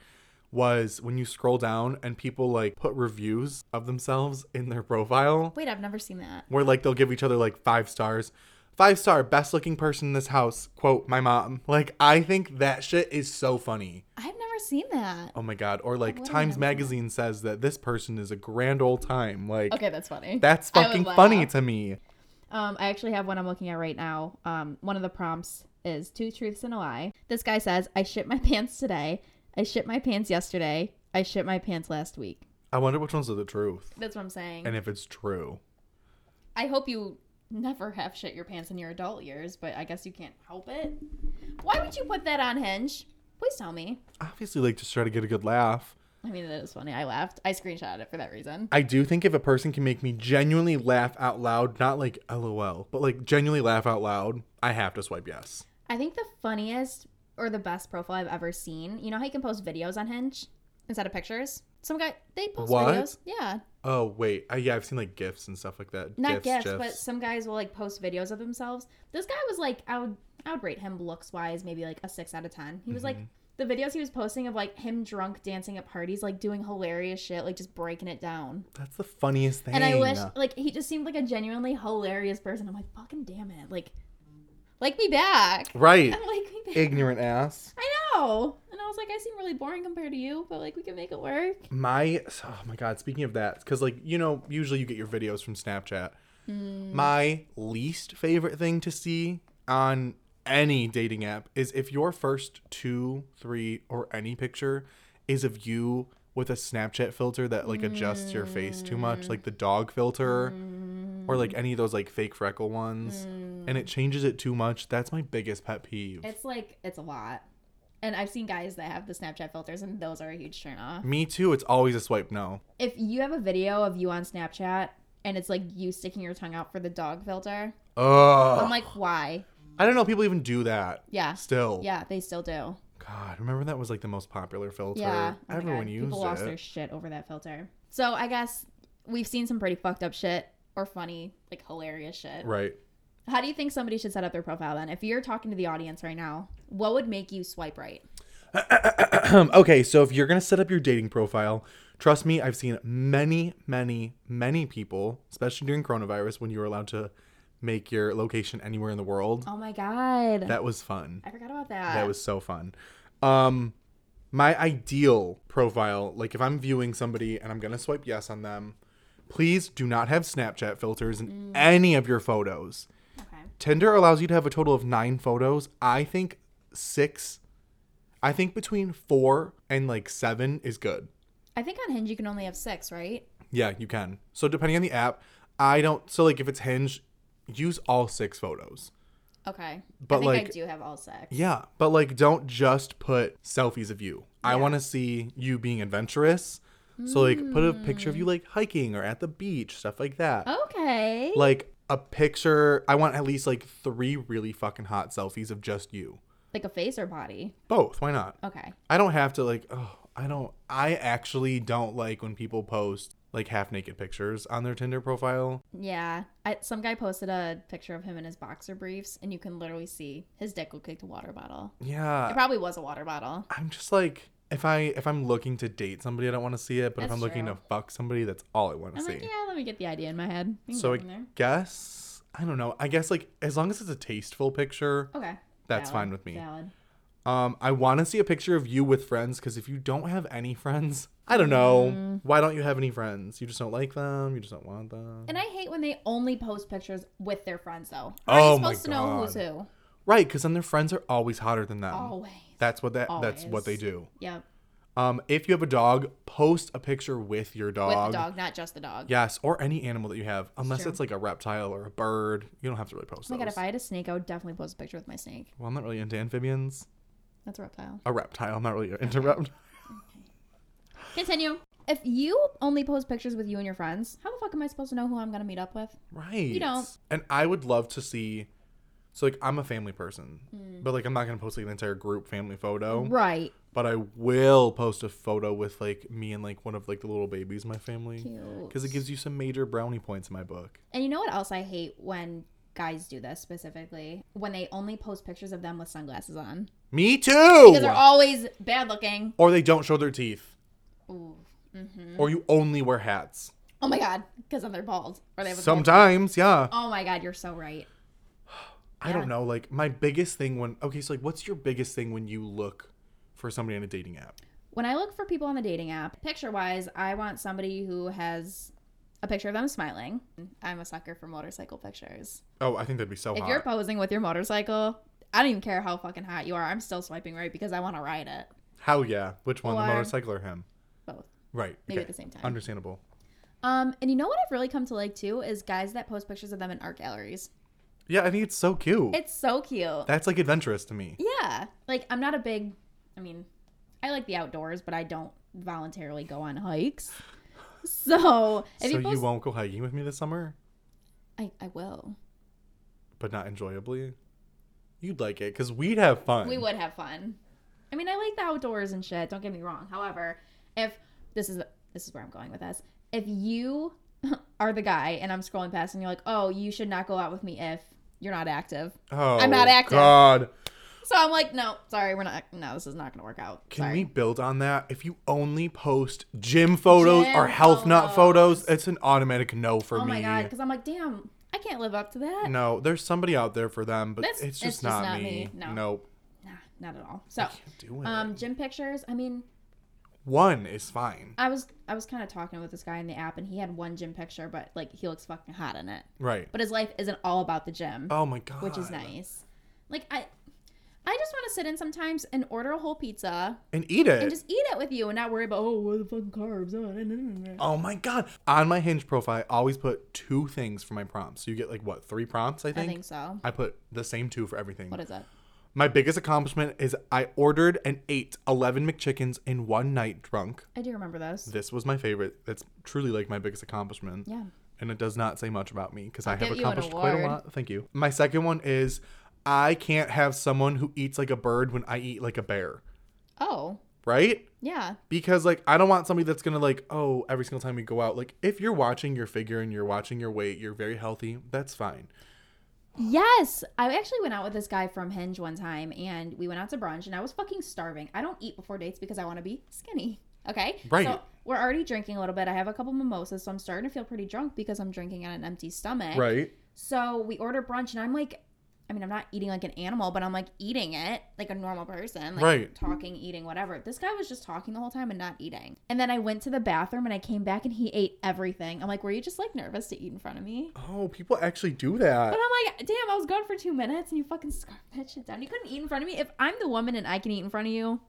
S2: was when you scroll down and people like put reviews of themselves in their profile.
S1: Wait, I've never seen that.
S2: where like they'll give each other like five stars. Five star, best looking person in this house, quote, my mom. Like, I think that shit is so funny.
S1: I've never seen that.
S2: Oh my God. Or like
S1: wouldn't
S2: Times
S1: know.
S2: Magazine says that this person is a grand old time. Like,
S1: Okay, that's funny.
S2: that's
S1: I would
S2: fucking
S1: laugh.
S2: funny to me.
S1: Um, I actually have one I'm looking at right now. Um, one of the prompts is two truths and a lie. This guy says, "I shit my pants today. I shit my pants yesterday. I shit my pants last week."
S2: I wonder which ones are the truth
S1: That's what I'm saying.
S2: and if it's true.
S1: I hope you never have shit your pants in your adult years, but I guess you can't help it. Why would you put that on Hinge? Please tell me.
S2: Obviously, like, just try to get a good laugh.
S1: I mean, that is funny. I laughed. I screenshotted it for that reason.
S2: I do think if a person can make me genuinely laugh out loud, not like lol, but like genuinely laugh out loud, I have to swipe yes.
S1: I think the funniest or the best profile I've ever seen. You know how you can post videos on Hinge instead of pictures. Some guy they post
S2: What?
S1: videos. Yeah,
S2: Oh, wait. I, yeah, I've seen like gifts and stuff like that.
S1: not gifts, but some guys will like post videos of themselves. This guy was like, I would, I would rate him looks wise, maybe like a six out of ten. He was like, the videos he was posting of like him drunk dancing at parties, like doing hilarious shit, like just breaking it down.
S2: That's the funniest thing.
S1: And I wish, like, he just seemed like a genuinely hilarious person. I'm like, fucking damn it, like, like me back,
S2: Right.
S1: I'm like me back.
S2: Ignorant ass.
S1: I know. And I was like, I seem really boring compared to you, but like we can make it work.
S2: My oh my god, speaking of that, because like, you know, usually you get your videos from Snapchat.
S1: Hmm.
S2: My least favorite thing to see on any dating app is if your first two, three, or any picture is of you with a Snapchat filter that like adjusts your face too much, like the dog filter. Or
S1: Hmm.
S2: like any of those like fake freckle
S1: Mm.
S2: ones, and it changes it too much. That's my biggest pet peeve.
S1: It's like it's a lot. And I've seen guys that have the Snapchat filters, and those are a huge turnoff.
S2: Me too. It's always a swipe no.
S1: If you have a video of you on Snapchat and it's like you sticking your tongue out for the dog filter,
S2: Ugh.
S1: I'm like, why?
S2: I don't know. People even do that.
S1: Yeah.
S2: Still.
S1: Yeah, they still do.
S2: God, remember that was like the most popular filter.
S1: Yeah. Oh my
S2: Everyone
S1: God.
S2: used
S1: People lost
S2: it.
S1: their shit over that filter. So I guess we've seen some pretty fucked up shit or funny, like hilarious shit.
S2: Right.
S1: How do you think somebody should set up their profile then? If you're talking to the audience right now, what would make you swipe right?
S2: okay, so if you're gonna set up your dating profile, trust me, I've seen many, many, many people, especially during coronavirus, when you were allowed to make your location anywhere in the world.
S1: Oh my God.
S2: That was fun.
S1: I forgot about that.
S2: That was so fun. Um my ideal profile, like if I'm viewing somebody and I'm going to swipe yes on them, please do not have Snapchat filters in any of your photos.
S1: okay.
S2: Tinder allows you to have a total of 9 photos. I think 6 I think between 4 and like 7 is good.
S1: I think on Hinge you can only have six, right?
S2: Yeah, you can. So depending on the app, I don't so like if it's Hinge, use all 6 photos.
S1: Okay.
S2: But,
S1: I think I
S2: like-
S1: do have all six.
S2: Yeah, but like don't just put selfies of you. I
S1: Yeah.
S2: want to see you being adventurous. So like put a picture
S1: Mm.
S2: of you like hiking or at the beach, stuff like
S1: Oh,
S2: that.
S1: Okay.
S2: Like a picture, I want at least like 3 really fucking hot selfies of just you.
S1: Like a face or body.
S2: Both, why not?
S1: Okay.
S2: I don't have to like oh, I don't I actually don't like when people post like half naked pictures on their Tinder profile.
S1: Yeah. I, some guy posted a picture of him in his boxer briefs, and you can literally see his dick looked like a water bottle.
S2: Yeah.
S1: It probably was a water bottle.
S2: I'm just like if I if I'm looking to date somebody, I don't want to see it. But if
S1: That's
S2: I'm looking
S1: true.
S2: to fuck somebody, that's all I want to
S1: I'm
S2: see.
S1: like, yeah, let me get the idea in my head. We can
S2: so
S1: go
S2: I
S1: from there.
S2: guess I don't know. I guess like as long as it's a tasteful picture,
S1: Okay.
S2: that's
S1: Valid.
S2: fine with me.
S1: Valid.
S2: Um, I want to see a picture of you with friends because if you don't have any friends, I don't know
S1: Mm.
S2: why don't you have any friends? You just don't like them. You just don't want them.
S1: And I hate when they only post pictures with their friends, though.
S2: Oh
S1: How are
S2: my
S1: you supposed to know who's
S2: God.
S1: who?
S2: Right, because then their friends are always hotter than them.
S1: Always.
S2: That's what that. That's
S1: Always.
S2: what they do.
S1: Yep.
S2: Um, if you have a dog, post a picture with your
S1: With
S2: dog.
S1: the dog, not just the dog.
S2: Yes, or any animal that you have, unless
S1: true.
S2: it's like a reptile or a bird. You don't have to really post
S1: Oh my god,
S2: those.
S1: if I had a snake, I would definitely post a picture with my snake.
S2: well, I'm not really into amphibians.
S1: That's a reptile.
S2: A reptile. I'm not really into reptiles.
S1: Continue. If you only post pictures with you and your friends, how the fuck am I supposed to know who I'm gonna meet up with?
S2: Right.
S1: don't.
S2: And I would love to see. So like I'm a family person, but like I'm not gonna post like an entire group family photo.
S1: Mm. Right.
S2: But I will post a photo with like me and like one of like the little babies in my family
S1: Cute.
S2: because it gives you some major brownie points in my book.
S1: And you know what else I hate when guys do this specifically? When they only post pictures of them with sunglasses on.
S2: Me too.
S1: Because they're always bad looking.
S2: or they don't show their teeth,
S1: Ooh. Mm-hmm. Mm.
S2: or you only wear hats.
S1: Oh my god, because then they're bald. Or they have a bald-
S2: Sometimes, yeah.
S1: Oh my god, you're so right.
S2: I don't know. Like my biggest thing when okay, so like what's your biggest thing when you look for somebody on a dating app?
S1: When I look for people on the dating app, picture wise, I want somebody who has a picture of them smiling. I'm a sucker for motorcycle pictures.
S2: Oh, I think that'd be so
S1: If
S2: hot.
S1: you're posing with your motorcycle, I don't even care how fucking hot you are. I'm still swiping right because I want to ride it.
S2: Hell yeah. Which one,
S1: Or-
S2: the motorcycle or him?
S1: Both.
S2: Right.
S1: Maybe
S2: okay.
S1: at the same time.
S2: Understandable.
S1: Um, and you know what I've really come to like too is guys that post pictures of them in art galleries.
S2: Yeah, I think it's so cute.
S1: It's so cute.
S2: That's like adventurous to me.
S1: Yeah. Like I'm not a big I mean, I like the outdoors, but I don't voluntarily go on hikes. So if
S2: so
S1: you
S2: you,
S1: post
S2: won't go hiking with me this summer,
S1: I, I will.
S2: but not enjoyably. You'd like it because we'd have fun.
S1: We would have fun. I mean, I like the outdoors and shit. Don't get me wrong. However, if this is this is where I'm going with this, if you are the guy and I'm scrolling past and you're like, oh, you should not go out with me if you're not active.
S2: Oh,
S1: I'm not active.
S2: God.
S1: So I'm like, no, sorry, we're not. No, this is not gonna work out.
S2: Can
S1: sorry.
S2: we build on that? If you only post gym photos or
S1: Gym
S2: health nut
S1: photos.
S2: photos, it's an automatic no for
S1: Oh
S2: me.
S1: my god, because I'm like, damn, I can't live up to that.
S2: No, there's somebody out there for them, but
S1: That's-
S2: it's
S1: it's
S2: just
S1: just
S2: not,
S1: not
S2: me.
S1: me. No.
S2: Nope.
S1: Nah, not at all. So,
S2: Do it.
S1: um, gym pictures. I mean,
S2: One is fine.
S1: I was I was kind of talking with this guy in the app, and he had one gym picture, but like he looks fucking hot in it.
S2: Right.
S1: But his life isn't all about the gym.
S2: Oh my god.
S1: which is nice. Like I, I just want to sit in sometimes and order a whole pizza
S2: And eat it.
S1: and just eat it with you and not worry about oh what the fucking carbs. Oh, nah, nah, nah, nah."
S2: oh my god. On my hinge profile, I always put two things for my prompts. So you get like what, three prompts, I
S1: I
S2: think?
S1: think so.
S2: I put the same two for everything.
S1: What is it?
S2: My biggest accomplishment is I ordered and ate 11 McChickens in one night drunk.
S1: I do remember those.
S2: This was my favorite. That's truly like my biggest accomplishment.
S1: Yeah.
S2: And it does not say much about me because I have
S1: give you an
S2: accomplished quite a
S1: award.
S2: lot. Thank you. My second one is I can't have someone who eats like a bird when I eat like a bear,
S1: Oh,
S2: right?
S1: yeah.
S2: because like I don't want somebody that's gonna like oh every single time we go out like if you're watching your figure and you're watching your weight you're very healthy that's fine
S1: Yes. I actually went out with this guy from Hinge one time and we went out to brunch and I was fucking starving. I don't eat before dates because I want to be skinny. Okay.
S2: Right.
S1: So we're already drinking a little bit. I have a couple mimosas, so I'm starting to feel pretty drunk because I'm drinking on an empty stomach.
S2: right
S1: So we order brunch, and I'm like, I mean, I'm not eating like an animal, but I'm like eating it like a normal person, like
S2: Right.
S1: talking, eating, whatever. This guy was just talking the whole time and not eating. And then I went to the bathroom and I came back and he ate everything. I'm like, were you just like nervous to eat in front of me?
S2: oh people actually do
S1: But
S2: that
S1: I'm like, damn, I was gone for two minutes and you fucking scarfed that shit down. You couldn't eat in front of me. If I'm the woman and I can eat in front of you,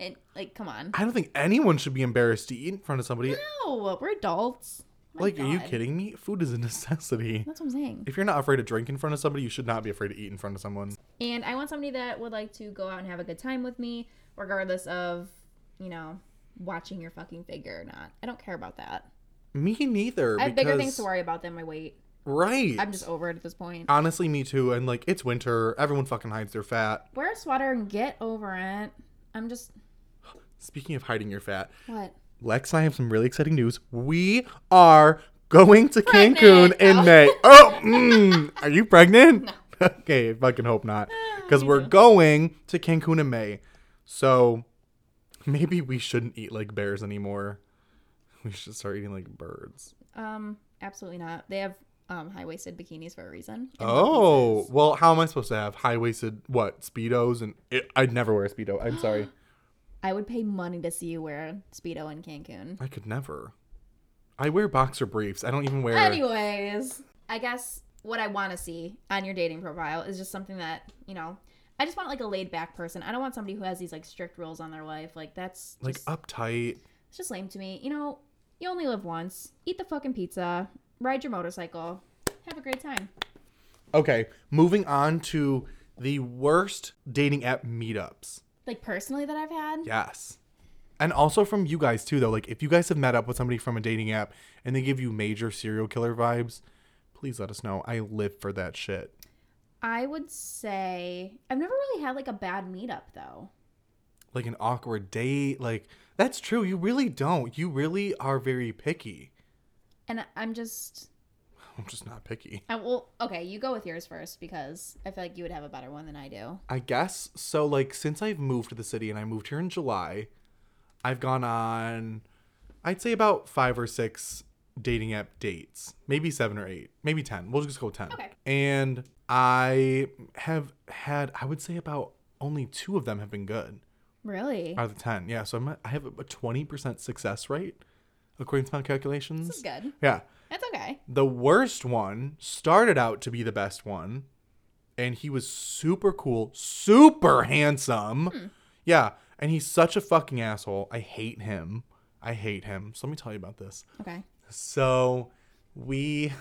S1: and like, come on.
S2: I don't think anyone should be embarrassed to eat in front of somebody
S1: No, we're adults. My
S2: like are you
S1: God.
S2: kidding me food is a necessity
S1: That's what I'm saying.
S2: if you're not afraid to drink in front of somebody you should not be afraid to eat in front of someone
S1: And I want somebody that would like to go out and have a good time with me, regardless of, you know, watching your fucking figure or not. I don't care about that.
S2: me neither
S1: I have bigger things
S2: because-
S1: to worry about than my weight.
S2: right
S1: I'm just over it at this point.
S2: honestly me too and like it's winter everyone fucking hides their fat
S1: Wear a sweater and get over it. I'm just
S2: speaking of hiding your fat
S1: what?
S2: Lex and I have some really exciting news. We are going to Cancun
S1: Pregnant.
S2: in
S1: Oh.
S2: May. Oh, mm, are you pregnant? Okay, fucking hope not.
S1: Oh,
S2: Because we're going to Cancun in May. So maybe we shouldn't eat like bears anymore. We should start eating like birds.
S1: Um, absolutely not. They have um high waisted bikinis for a reason. And
S2: Oh, well, how am I supposed to have high waisted, what, Speedos? And it, I'd never wear a Speedo. I'm sorry.
S1: I would pay money to see you wear speedo in Cancun.
S2: I could never. I wear boxer briefs. I don't even wear.
S1: Anyways, I guess what I want to see on your dating profile is just something that, you know, I just want like a laid back person. I don't want somebody who has these like strict rules on their life. Like that's
S2: Like
S1: just,
S2: uptight.
S1: it's just lame to me. You know, you only live once. Eat the fucking pizza, ride your motorcycle, have a great time.
S2: Okay, moving on to the worst dating app meetups.
S1: Like personally that I've had.
S2: Yes. And also from you guys too though, like if you guys have met up with somebody from a dating app and they give you major serial killer vibes, please let us know. I live for that shit.
S1: I would say I've never really had like a bad meetup though.
S2: Like an awkward date, like that's true. You really don't. You really are very picky.
S1: And I- I'm just
S2: I'm just not picky.
S1: I well okay, you go with yours first because I feel like you would have a better one than I do.
S2: I guess so like since I've moved to the city and I moved here in July, I've gone on I'd say about 5 or 6 dating app dates. Maybe 7 or 8, maybe 10. We'll just go 10.
S1: Okay.
S2: And I have had I would say about only 2 of them have been good
S1: Really?
S2: out of the 10. Yeah, so I'm at, I have a 20% success rate according to my calculations.
S1: This is good.
S2: Yeah.
S1: That's okay.
S2: The worst one started out to be the best one, and he was super cool, super handsome. Yeah, and he's such a fucking asshole. I hate him. I hate him. So let me tell you about this.
S1: Okay.
S2: So we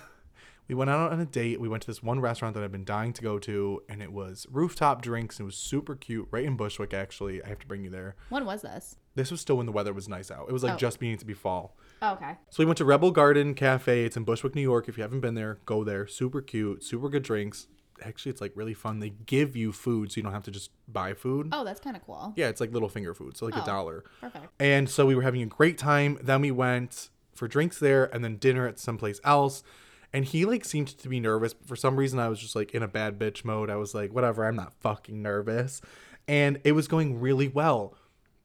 S2: we went out on a date. We went to this one restaurant that I've been dying to go to, and it was rooftop drinks. It was super cute, right in Bushwick. Actually, I have to bring you there.
S1: When was this?
S2: This was still when the weather was nice out. It was like
S1: Oh.
S2: just beginning to be fall.
S1: Oh, okay.
S2: So we went to Rebel Garden Cafe. It's in Bushwick, New York. If you haven't been there, go there. Super cute, super good drinks. Actually, it's like really fun. They give you food, so you don't have to just buy food.
S1: Oh, that's kind of cool.
S2: Yeah, it's like little finger food, so like a
S1: Oh.
S2: dollar.
S1: Perfect.
S2: And so we were having a great time. Then we went for drinks there and then dinner at someplace else. And he like seemed to be nervous. For some reason, I was just like in a bad bitch mode. I was like, whatever, I'm not fucking nervous. And it was going really well.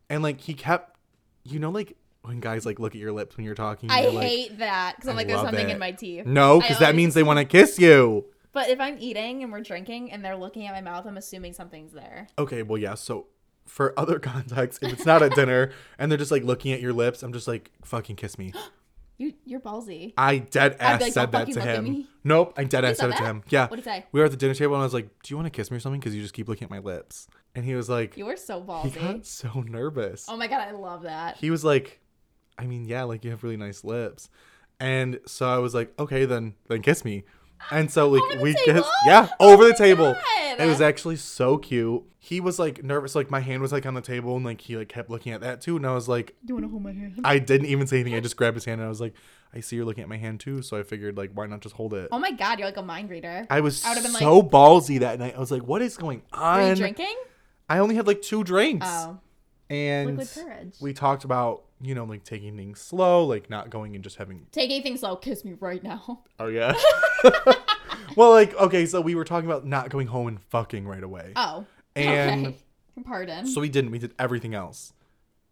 S2: And like he kept, you know, like when guys like look at your lips when you're talking.
S1: I
S2: you're like,
S1: hate that because I'm
S2: I
S1: like, there's
S2: love
S1: something
S2: it. Mm.
S1: in my teeth.
S2: no,
S1: I
S2: because that
S1: always-
S2: means they want to kiss you.
S1: But if I'm eating and we're drinking and they're looking at my mouth, I'm assuming something's there.
S2: Okay, well, yeah. So for other contexts, if it's not at dinner and they're just like looking at your lips, I'm just like, fucking kiss me.
S1: You, you're ballsy.
S2: I dead ass
S1: be like,
S2: said
S1: "Don't
S2: that
S1: fucking
S2: to
S1: look at
S2: him.
S1: me."
S2: Nope, I dead ass
S1: said
S2: said it to
S1: that?
S2: him. Yeah.
S1: What'd he say?
S2: We were at the dinner table and I was like, "Do you want to kiss me or something?" Because you just keep looking at my lips. And he was like,
S1: You are so
S2: he
S1: ballsy.
S2: got so nervous.
S1: Oh my god, I love that.
S2: He was like, "I mean, yeah, like you have really nice lips." And so I was like, "Okay, then, then kiss me." And so like
S1: Over the
S2: we
S1: table? Oh
S2: get yeah over the
S1: my
S2: table.
S1: God.
S2: It was actually so cute. He was like nervous, like my hand was like on the table, and like he like kept looking at that too. And I was like,
S1: Do you want to hold my hand?
S2: I didn't even say anything. I just grabbed his hand and I was like, I see you're looking at my hand too. So I figured like, why not just hold it?
S1: Oh my god, you're like a mind reader.
S2: I was
S1: I would've been
S2: so ballsy that night. I was like, what is going
S1: Are you
S2: on?
S1: drinking?
S2: I only had like two drinks,
S1: Oh,
S2: and
S1: liquid courage.
S2: we talked about you know like taking things slow, like not going and just having
S1: Take anything slow. Kiss me right now.
S2: Oh yeah. well, like okay, so we were talking about not going home and fucking right away.
S1: Oh.
S2: And-
S1: okay. Pardon.
S2: So we didn't. We did everything else,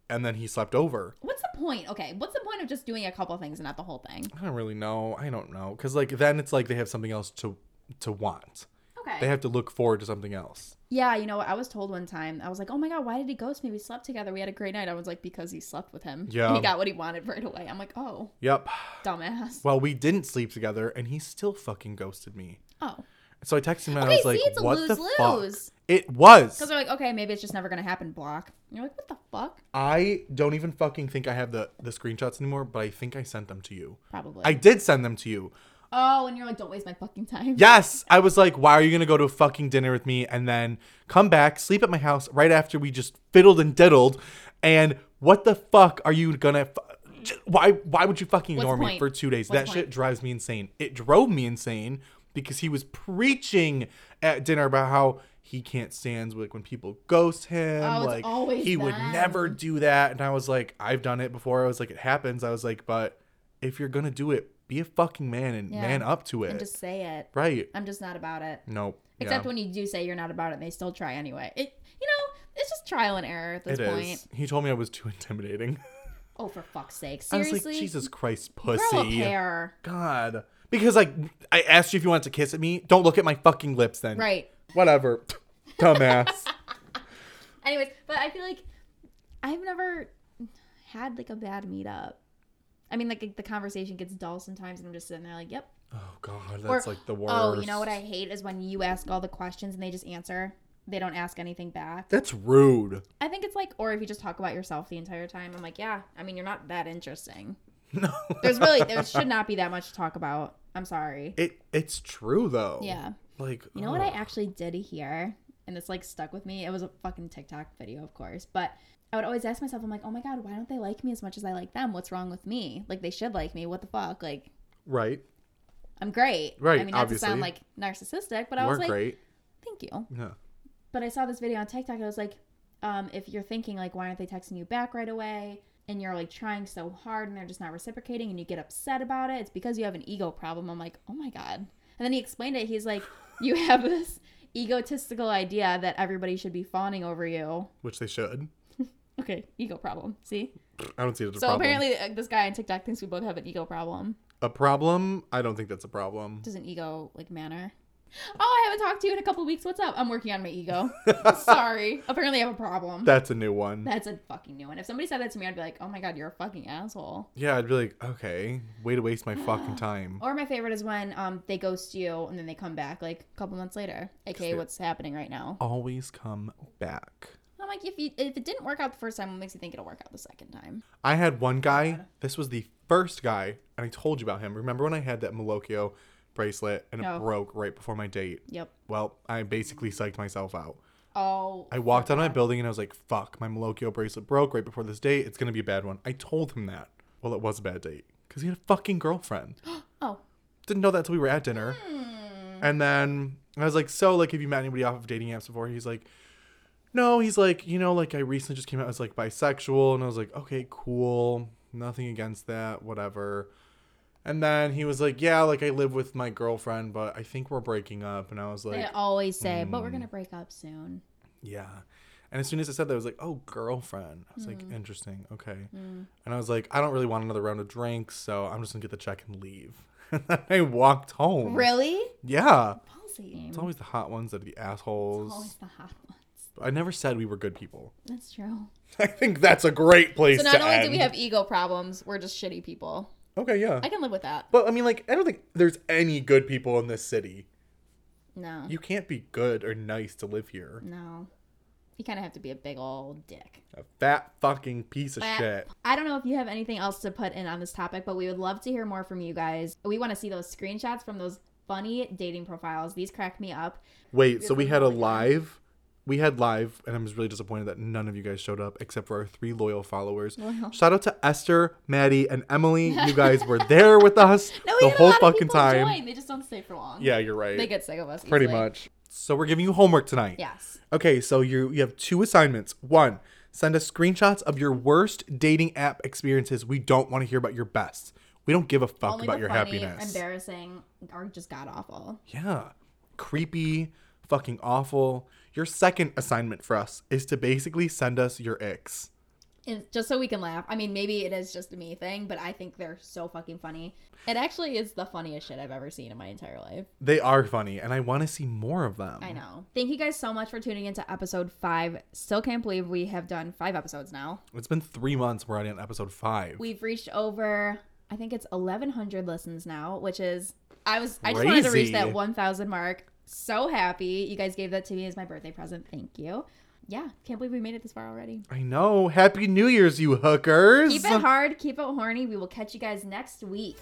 S2: and then he slept over.
S1: what's the point? Okay, what's the point of just doing a couple things and not the whole thing?
S2: I don't really know. I don't know because like then it's like they have something else to to want.
S1: Okay.
S2: They have to look forward to something else.
S1: yeah, you know what? I was told one time, I was like, oh my God, why did he ghost me? We slept together. We had a great night. I was like, because he slept with him.
S2: Yeah.
S1: And he got what he wanted right away. I'm like, oh,
S2: Yep.
S1: dumbass.
S2: Well, we didn't sleep together, and he still fucking ghosted me.
S1: Oh.
S2: So I texted him and
S1: Okay,
S2: I was like,
S1: see, it's a
S2: "What the
S1: lose-lose.
S2: fuck?" It was.
S1: Because they're like, okay, maybe it's just never going to happen, block. And you're like, what the fuck?
S2: I don't even fucking think I have the the screenshots anymore, but I think I sent them to you.
S1: Probably.
S2: I did send them to you.
S1: oh, and you're like, don't waste my fucking time.
S2: Yes, I was like, why are you gonna go to a fucking dinner with me and then come back, sleep at my house right after we just fiddled and diddled, and what the fuck are you gonna? Fu- j- why why would you fucking
S1: What's
S2: ignore
S1: the
S2: me
S1: point?
S2: for two days?
S1: What's
S2: that
S1: the
S2: shit
S1: point?
S2: drives me insane. It drove me insane because he was preaching at dinner about how he can't stand like when people ghost him.
S1: Oh, it's
S2: like
S1: always
S2: he would
S1: them.
S2: never do that, and I was like, I've done it before. I was like, it happens. I was like, but if you're gonna do it, be a fucking man and
S1: Yeah.
S2: man up to it.
S1: And just say it.
S2: right.
S1: I'm just not about it.
S2: Nope.
S1: Except when you do say you're not about it, and they still try anyway. It, you know, it's just trial and error at this
S2: It is.
S1: point.
S2: He told me I was too intimidating.
S1: Oh, for fuck's sake!
S2: I was
S1: Seriously,
S2: like, Jesus Christ, pussy.
S1: grow a pair.
S2: God. Because like I asked you if you wanted to kiss at me. Don't look at my fucking lips then.
S1: Right.
S2: Whatever. Dumbass.
S1: Anyways, but I feel like I've never had like a bad meetup. I mean, like the conversation gets dull sometimes, and I'm just sitting there like, "Yep."
S2: oh god,
S1: Or,
S2: that's like the worst.
S1: Oh, you know what I hate is when you ask all the questions and they just answer. They don't ask anything back.
S2: That's rude.
S1: I think it's like, or if you just talk about yourself the entire time, I'm like, yeah. I mean, you're not that interesting.
S2: No.
S1: There's really there should not be that much to talk about. I'm sorry.
S2: It it's true though.
S1: Yeah.
S2: Like
S1: You know what I
S2: ugh.
S1: actually did hear, and it's like stuck with me. It was a fucking TikTok video, of course, but I would always ask myself, I'm like, oh my god, why don't they like me as much as I like them? What's wrong with me? Like they should like me. What the fuck? Like
S2: Right.
S1: I'm great.
S2: Right,
S1: I mean, not to sound like
S2: obviously.
S1: narcissistic, but I
S2: We're
S1: was like,
S2: great.
S1: thank you.
S2: Yeah.
S1: But I saw this video on TikTok, and I was like, um, if you're thinking like, why aren't they texting you back right away? And you're like trying so hard, and they're just not reciprocating, and you get upset about it. It's because you have an ego problem. I'm like, oh my god. And then he explained it. He's like, you have this egotistical idea that everybody should be fawning over you.
S2: Which they should.
S1: Okay, ego problem. See.
S2: I don't see it as a
S1: So
S2: problem.
S1: apparently, uh, this guy on TikTok thinks we both have an ego problem.
S2: a problem? I don't think that's a problem.
S1: Does an ego like manner? Oh, I haven't talked to you in a couple weeks. What's up? I'm working on my ego. Sorry. Apparently, I have a problem.
S2: That's a new one.
S1: That's a fucking new one. If somebody said that to me, I'd be like, oh my god, you're a fucking asshole.
S2: yeah, I'd be like, okay, way to waste my fucking time.
S1: Or my favorite is when um they ghost you and then they come back like a couple months later, aka
S2: Yeah.
S1: what's happening right now.
S2: always come back.
S1: I'm like, if you if it didn't work out the first time, what makes you think it'll work out the second time?
S2: I had one guy. This was the first guy, and I told you about him. Remember when I had that Malocchio bracelet and it
S1: No.
S2: broke right before my date?
S1: Yep.
S2: Well, I basically psyched myself out.
S1: Oh.
S2: I walked out of my building and I was like, fuck, my Malocchio bracelet broke right before this date. It's going to be a bad one. I told him that. Well, it was a bad date because he had a fucking girlfriend.
S1: Oh.
S2: Didn't know that until we were at dinner. And then I was like, so like, have you met anybody off of dating apps before? He's like, no. He's like, you know, like I recently just came out as like bisexual, and I was like, okay, cool, nothing against that, whatever. And then he was like, yeah, like I live with my girlfriend, but I think we're breaking up. And I was like, mm.
S1: they always say, but we're gonna break up soon.
S2: yeah. And as soon as I said that, I was like, oh, girlfriend. I was like, interesting, okay. And I was like, I don't really want another round of drinks, so I'm just gonna get the check and leave. And then I walked home.
S1: Really?
S2: Yeah.
S1: Policy game.
S2: It's always the hot ones that are the
S1: Always
S2: assholes.
S1: the hot ones.
S2: I never said we were good people.
S1: That's true.
S2: I think that's a great place.
S1: So not
S2: to
S1: only do
S2: end.
S1: we have ego problems, we're just shitty people.
S2: Okay, yeah.
S1: I can live with that.
S2: but I mean, like, I don't think there's any good people in this city.
S1: No.
S2: You can't be good or nice to live here.
S1: No. You kind of have to be a big old dick.
S2: A fat fucking piece of
S1: Fat.
S2: shit.
S1: I don't know if you have anything else to put in on this topic, but we would love to hear more from you guys. We want to see those screenshots from those funny dating profiles. These crack me up.
S2: Wait, so we had a live. We had live, and I'm just really disappointed that none of you guys showed up except for our three loyal followers.
S1: Loyal.
S2: Shout out to Esther, Maddie, and Emily. You guys were there with us
S1: No, we
S2: the
S1: had
S2: whole
S1: a lot of
S2: fucking
S1: people
S2: time.
S1: Join. They just don't stay for long.
S2: Yeah, you're right.
S1: They get sick of us.
S2: Pretty
S1: easily.
S2: much. So we're giving you homework tonight.
S1: Yes.
S2: Okay, so you you have two assignments. One, send us screenshots of your worst dating app experiences. We don't want to hear about your best. We don't give a fuck
S1: Only
S2: about
S1: the
S2: your
S1: funny,
S2: happiness.
S1: embarrassing, or just god awful.
S2: Yeah. Creepy, fucking awful. Your second assignment for us is to basically send us your icks.
S1: And just so we can laugh. I mean, maybe it is just a me thing, but I think they're so fucking funny. It actually is the funniest shit I've ever seen in my entire life.
S2: They are funny, and I want to see more of them.
S1: I know. Thank you guys so much for tuning into episode five. Still can't believe we have done five episodes now.
S2: It's been three months. We're already on episode five.
S1: We've reached over, I think it's 1,100 listens now, which is, I was, I just wanted to reach
S2: Crazy.
S1: that 1,000 mark. So happy. You guys gave that to me as my birthday present. Thank you. Yeah, can't believe we made it this far already.
S2: I know. Happy New Year's, you hookers.
S1: Keep it hard, keep it horny. We will catch you guys next week.